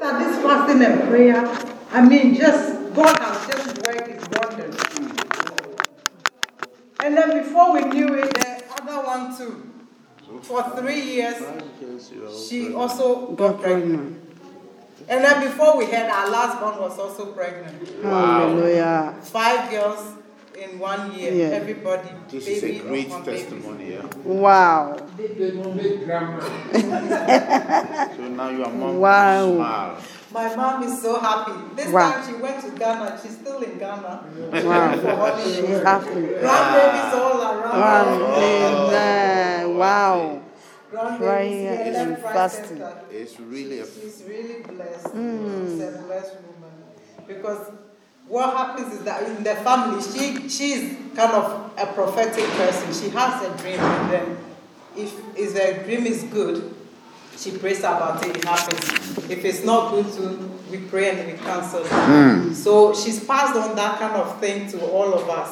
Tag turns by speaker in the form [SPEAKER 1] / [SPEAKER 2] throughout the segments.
[SPEAKER 1] After this fasting and prayer, I mean, just God has just worked His wonders. And then before we knew it, the other one too, for three years, she also got pregnant. And then before we had our last one was also pregnant.
[SPEAKER 2] Hallelujah.
[SPEAKER 1] Five girls in one year.
[SPEAKER 2] Yeah.
[SPEAKER 1] Everybody.
[SPEAKER 3] This is
[SPEAKER 1] baby
[SPEAKER 3] a
[SPEAKER 1] of
[SPEAKER 3] great
[SPEAKER 1] one baby.
[SPEAKER 3] testimony. Yeah.
[SPEAKER 2] Wow.
[SPEAKER 4] They don't make grammar.
[SPEAKER 3] So now you are mom. you
[SPEAKER 2] Wow.
[SPEAKER 3] Smile.
[SPEAKER 1] My mom is so happy. This
[SPEAKER 2] Wow.
[SPEAKER 1] time she went to Ghana. She's still in Ghana.
[SPEAKER 2] Wow. She's happy.
[SPEAKER 1] Grandbabies all around. her.
[SPEAKER 2] Hallelujah. Wow.
[SPEAKER 1] Grandbabies
[SPEAKER 2] Praying
[SPEAKER 1] here
[SPEAKER 2] and
[SPEAKER 1] left, right,
[SPEAKER 2] fasting. Hmm.
[SPEAKER 1] center.
[SPEAKER 3] It's really a
[SPEAKER 1] She's really blessed. She's a blessed woman. Because what happens is that in the family, she she's kind of a prophetic person. She has a dream, and then if if the dream is good, she prays about it. It happens. If it's not good, too, we pray and we cancel. it. So she's passed on that kind of thing to all of us.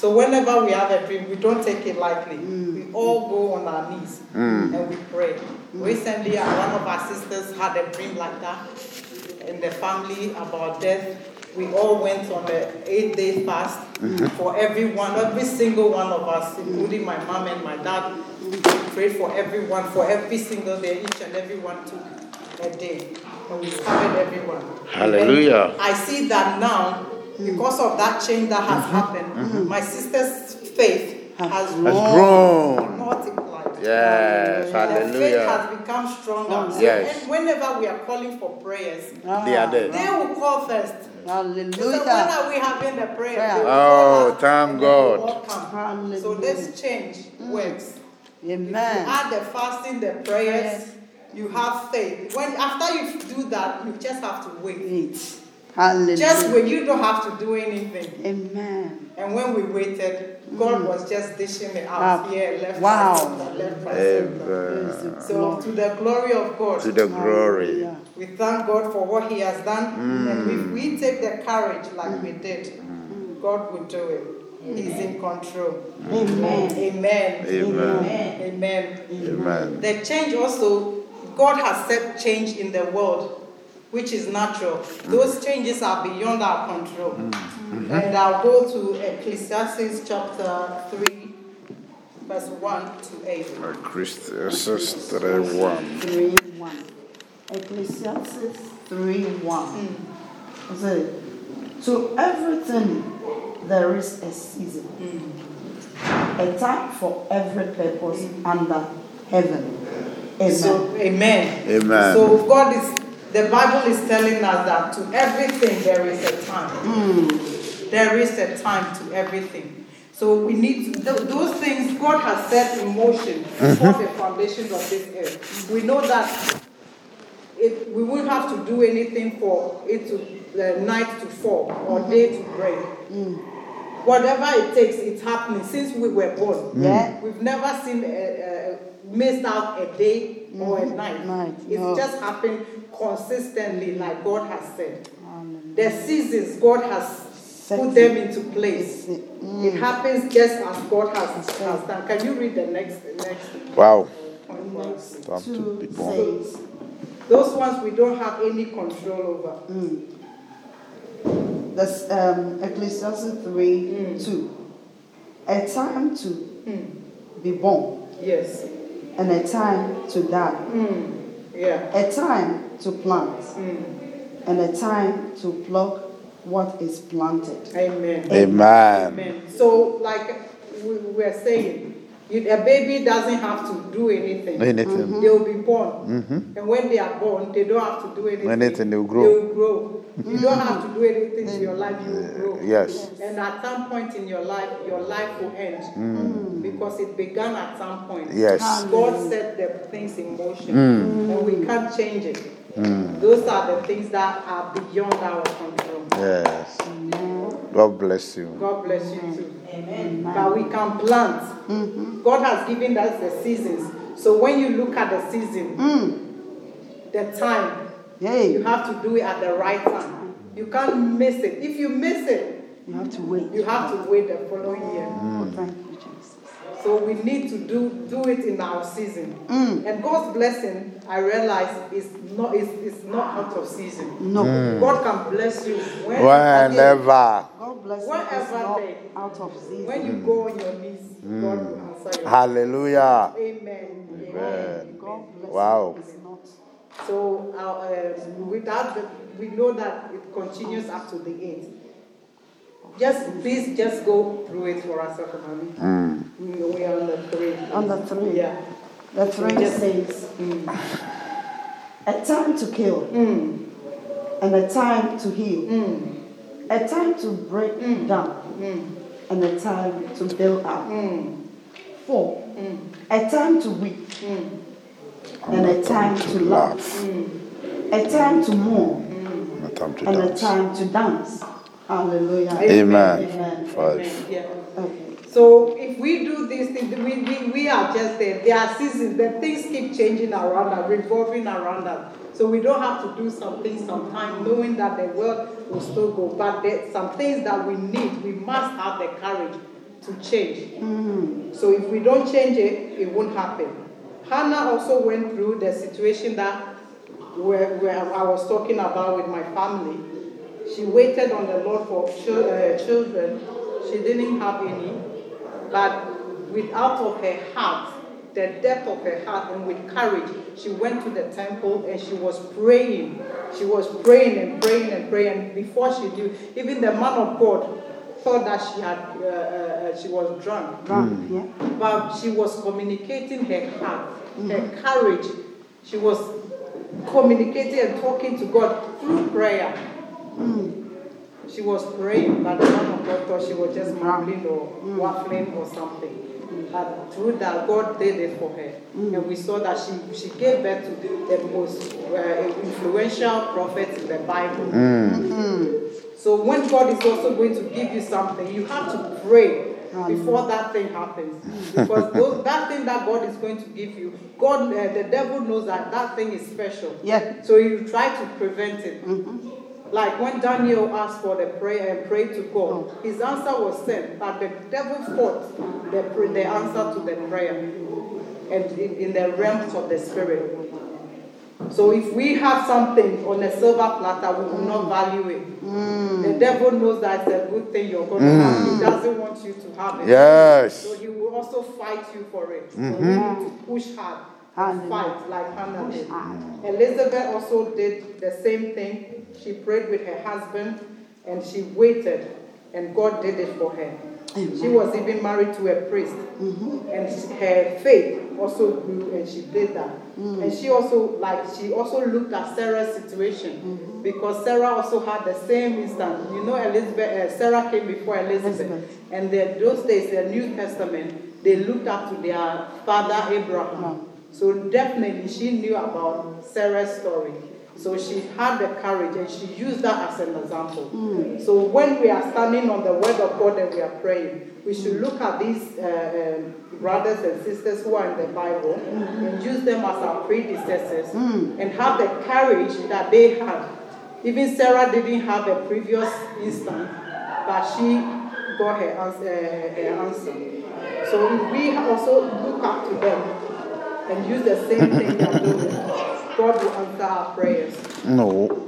[SPEAKER 1] So whenever we have a dream, we don't take it lightly. We all go on our knees and we pray. Recently, uh, one of our sisters had a dream like that in the family about death. We all went on the eight day fast
[SPEAKER 3] Mm-hmm.
[SPEAKER 1] for everyone, every single one of us, including my mom and my dad. We prayed for everyone, for every single day. Each and everyone took a day. And we covered everyone.
[SPEAKER 3] Hallelujah.
[SPEAKER 1] And I see that now, because of that change that has happened, my sister's faith
[SPEAKER 2] Has
[SPEAKER 1] has
[SPEAKER 3] has
[SPEAKER 1] more
[SPEAKER 3] grown.
[SPEAKER 1] multiplied.
[SPEAKER 3] Yes.
[SPEAKER 1] Their faith
[SPEAKER 3] Hallelujah.
[SPEAKER 1] has become stronger. So
[SPEAKER 3] Yes.
[SPEAKER 1] And whenever we are calling for prayers,
[SPEAKER 3] They are there.
[SPEAKER 1] they will call first. So when
[SPEAKER 2] Hallelujah.
[SPEAKER 1] are we having the prayer?
[SPEAKER 2] Prayer.
[SPEAKER 1] They will call
[SPEAKER 3] Oh,
[SPEAKER 1] us
[SPEAKER 3] thank
[SPEAKER 1] and they will
[SPEAKER 3] God.
[SPEAKER 1] all come. So this change works. You
[SPEAKER 2] Mm. Amen.
[SPEAKER 1] add the fasting, the prayers. You have faith. When after you do that, you just have to wait.
[SPEAKER 2] Eight. Hallelujah.
[SPEAKER 1] Just wait. You don't have to do anything.
[SPEAKER 2] Amen.
[SPEAKER 1] And when we waited, God was just dishing it out
[SPEAKER 2] Wow.
[SPEAKER 1] here, left,
[SPEAKER 2] Mm. Wow.
[SPEAKER 1] right, center, left, right, center.
[SPEAKER 3] Ever
[SPEAKER 2] Praise the
[SPEAKER 1] So
[SPEAKER 2] Lord.
[SPEAKER 1] to the glory of God,
[SPEAKER 3] to the glory.
[SPEAKER 2] Hallelujah.
[SPEAKER 1] we thank God for what He has done,
[SPEAKER 3] Mm.
[SPEAKER 1] and if we take the courage like we did, God will do it. He's in control.
[SPEAKER 2] Amen.
[SPEAKER 1] Amen.
[SPEAKER 3] Amen.
[SPEAKER 1] Amen.
[SPEAKER 3] Amen.
[SPEAKER 1] The change also, God has set change in the world, which is natural.
[SPEAKER 3] Mm.
[SPEAKER 1] Those changes are beyond our control.
[SPEAKER 3] Mm-hmm.
[SPEAKER 1] And I'll go to Ecclesiastes chapter 3, verse 1 to 8.
[SPEAKER 3] Christus 3:1.
[SPEAKER 2] 3 1. Ecclesiastes 3 1. To everything there is a season, a time for every purpose under heaven. Amen.
[SPEAKER 1] So, amen.
[SPEAKER 3] Amen.
[SPEAKER 1] So, God is, the Bible is telling us that to everything there is a time. There is a time to everything. So, we need to, tho- those things God has set in motion for the foundations of this earth. We know that it, we won't have to do anything for it to, the night to fall or
[SPEAKER 2] Mm-hmm.
[SPEAKER 1] day to break.
[SPEAKER 2] Mm.
[SPEAKER 1] Whatever it takes, it's happening since we were born.
[SPEAKER 2] Yeah.
[SPEAKER 1] We've never seen a, a, missed out a day or a night.
[SPEAKER 2] Mm-hmm. Night,
[SPEAKER 1] it's
[SPEAKER 2] no.
[SPEAKER 1] just happened consistently, like God has said. The seasons God has put them into place.
[SPEAKER 2] Mm.
[SPEAKER 1] It happens just as God has, has done. Can you read the next next
[SPEAKER 3] Wow.
[SPEAKER 1] point for us?
[SPEAKER 3] Time to be
[SPEAKER 2] Two
[SPEAKER 3] born.
[SPEAKER 2] says,
[SPEAKER 1] Those ones we don't have any control over.
[SPEAKER 2] That's um, Ecclesiastes 3 2. Hmm. A time to be born
[SPEAKER 1] Yes.
[SPEAKER 2] and a time to die.
[SPEAKER 1] Yeah.
[SPEAKER 2] a time to plant
[SPEAKER 1] Mm.
[SPEAKER 2] and a time to pluck what is planted.
[SPEAKER 1] Amen.
[SPEAKER 3] Amen.
[SPEAKER 1] Amen. So, like we we were saying, you- a baby doesn't have to do anything. Mm-hmm.
[SPEAKER 3] Anything. Mm-hmm.
[SPEAKER 1] They'll be born. And when they are born, they don't have to do anything.
[SPEAKER 3] Anything, they'll grow. Mm-hmm.
[SPEAKER 1] They'll grow. You don't have to do anything to your life, you will grow.
[SPEAKER 3] Yes.
[SPEAKER 1] And at some point in your life, your life will end. Because it began at some point.
[SPEAKER 3] Mm. Yes. Mm.
[SPEAKER 1] God set the things in motion. And we can't change it. Those are the things that are beyond our control.
[SPEAKER 3] Yes. God bless you.
[SPEAKER 1] God bless you too. Amen. But we can plant. God has given us the seasons. So when you look at the season, the time, you
[SPEAKER 2] Yay!
[SPEAKER 1] have to do it at the right time. You can't miss it. If you miss it,
[SPEAKER 2] You have to wait.
[SPEAKER 1] Mm. you have to wait the following year.
[SPEAKER 2] Oh, thank you, Jesus.
[SPEAKER 1] So we need to do do it in our season. And God's blessing, I realize, is not is, is not out of season.
[SPEAKER 2] No.
[SPEAKER 1] God can bless you when,
[SPEAKER 3] Whenever.
[SPEAKER 2] God bless you.
[SPEAKER 1] Whatever
[SPEAKER 2] It's not
[SPEAKER 1] day.
[SPEAKER 2] out of season.
[SPEAKER 1] when you go on your knees, God will answer you.
[SPEAKER 3] Hallelujah.
[SPEAKER 1] Amen.
[SPEAKER 3] Amen.
[SPEAKER 2] God bless
[SPEAKER 3] Wow.
[SPEAKER 2] you. It's not.
[SPEAKER 1] So uh, um, without the, we know that it continues up to the eighth. Just please just go through it for us, Dr. Mami. We are on the three.
[SPEAKER 2] On the three.
[SPEAKER 1] Yeah.
[SPEAKER 2] The three
[SPEAKER 1] Yes.
[SPEAKER 2] says, a time to kill, and a time to heal, a time to break down, and a time to build up. Four, a time to weep, and a time to laugh,
[SPEAKER 3] Mm.
[SPEAKER 2] a time to mourn,
[SPEAKER 3] No time to
[SPEAKER 2] and a
[SPEAKER 3] dance.
[SPEAKER 2] time to dance. Hallelujah.
[SPEAKER 3] Amen.
[SPEAKER 2] Amen.
[SPEAKER 3] Five.
[SPEAKER 1] Yeah.
[SPEAKER 2] Okay.
[SPEAKER 1] So if we do these things, we, we, we are just there. There are seasons, the things keep changing around us, revolving around us. So we don't have to do some things sometimes, knowing that the world will still go. But there's some things that we need, we must have the courage to change. So if we don't change it, it won't happen. Hannah also went through the situation that where, where I was talking about with my family. She waited on the Lord for chil- uh, children. She didn't have any, but with out of her heart, the depth of her heart, and with courage, she went to the temple and she was praying. She was praying and praying and praying. Before she knew, even the man of God thought that she had uh, uh, uh, she was drunk
[SPEAKER 2] Drunk, yeah.
[SPEAKER 1] but she was communicating her heart, her courage. She was communicating and talking to God through prayer. She was praying, but the man of God thought she was just mumbling or waffling or something. But through that, God did it for her. And we saw that she, she gave birth to the, the most uh, influential prophet in the Bible. So when God is also going to give you something, you have to pray before that thing happens. Because those, that thing that God is going to give you, God, uh, the devil knows that that thing is special.
[SPEAKER 2] Yeah.
[SPEAKER 1] So you try to prevent it. Like when Daniel asked for the prayer and prayed to God, his answer was sent, but the devil fought the, pr- the answer to the prayer and in, in the realms of the spirit. So if we have something on a silver platter, we will not value it. The devil knows that it's a good thing you're going to have. He doesn't want you to have it.
[SPEAKER 3] Yes.
[SPEAKER 1] So he will also fight you for it. So you need to push hard,
[SPEAKER 2] Hallelujah.
[SPEAKER 1] fight like Hannah did.
[SPEAKER 2] hard.
[SPEAKER 1] Elizabeth also did the same thing. She prayed with her husband and she waited, and God did it for her. She was even married to a priest, and she- her faith also grew, and she did that. And she also, like, she also looked at Sarah's situation because Sarah also had the same instance. You know, Elizabeth, uh, Sarah came before Elizabeth,
[SPEAKER 2] Elizabeth.
[SPEAKER 1] and then those days, the New Testament, they looked up to their father Abraham. So definitely she knew about Sarah's story. So she had the courage and she used that as an example. So when we are standing on the word of God and we are praying, we should look at these uh, um, brothers and sisters who are in the Bible and use them as our predecessors and have the courage that they had. Even Sarah didn't have a previous instance, but she got her answer. Her answer. So if we also look up to them and use the same thing we are doing, God will answer our prayers.
[SPEAKER 3] No.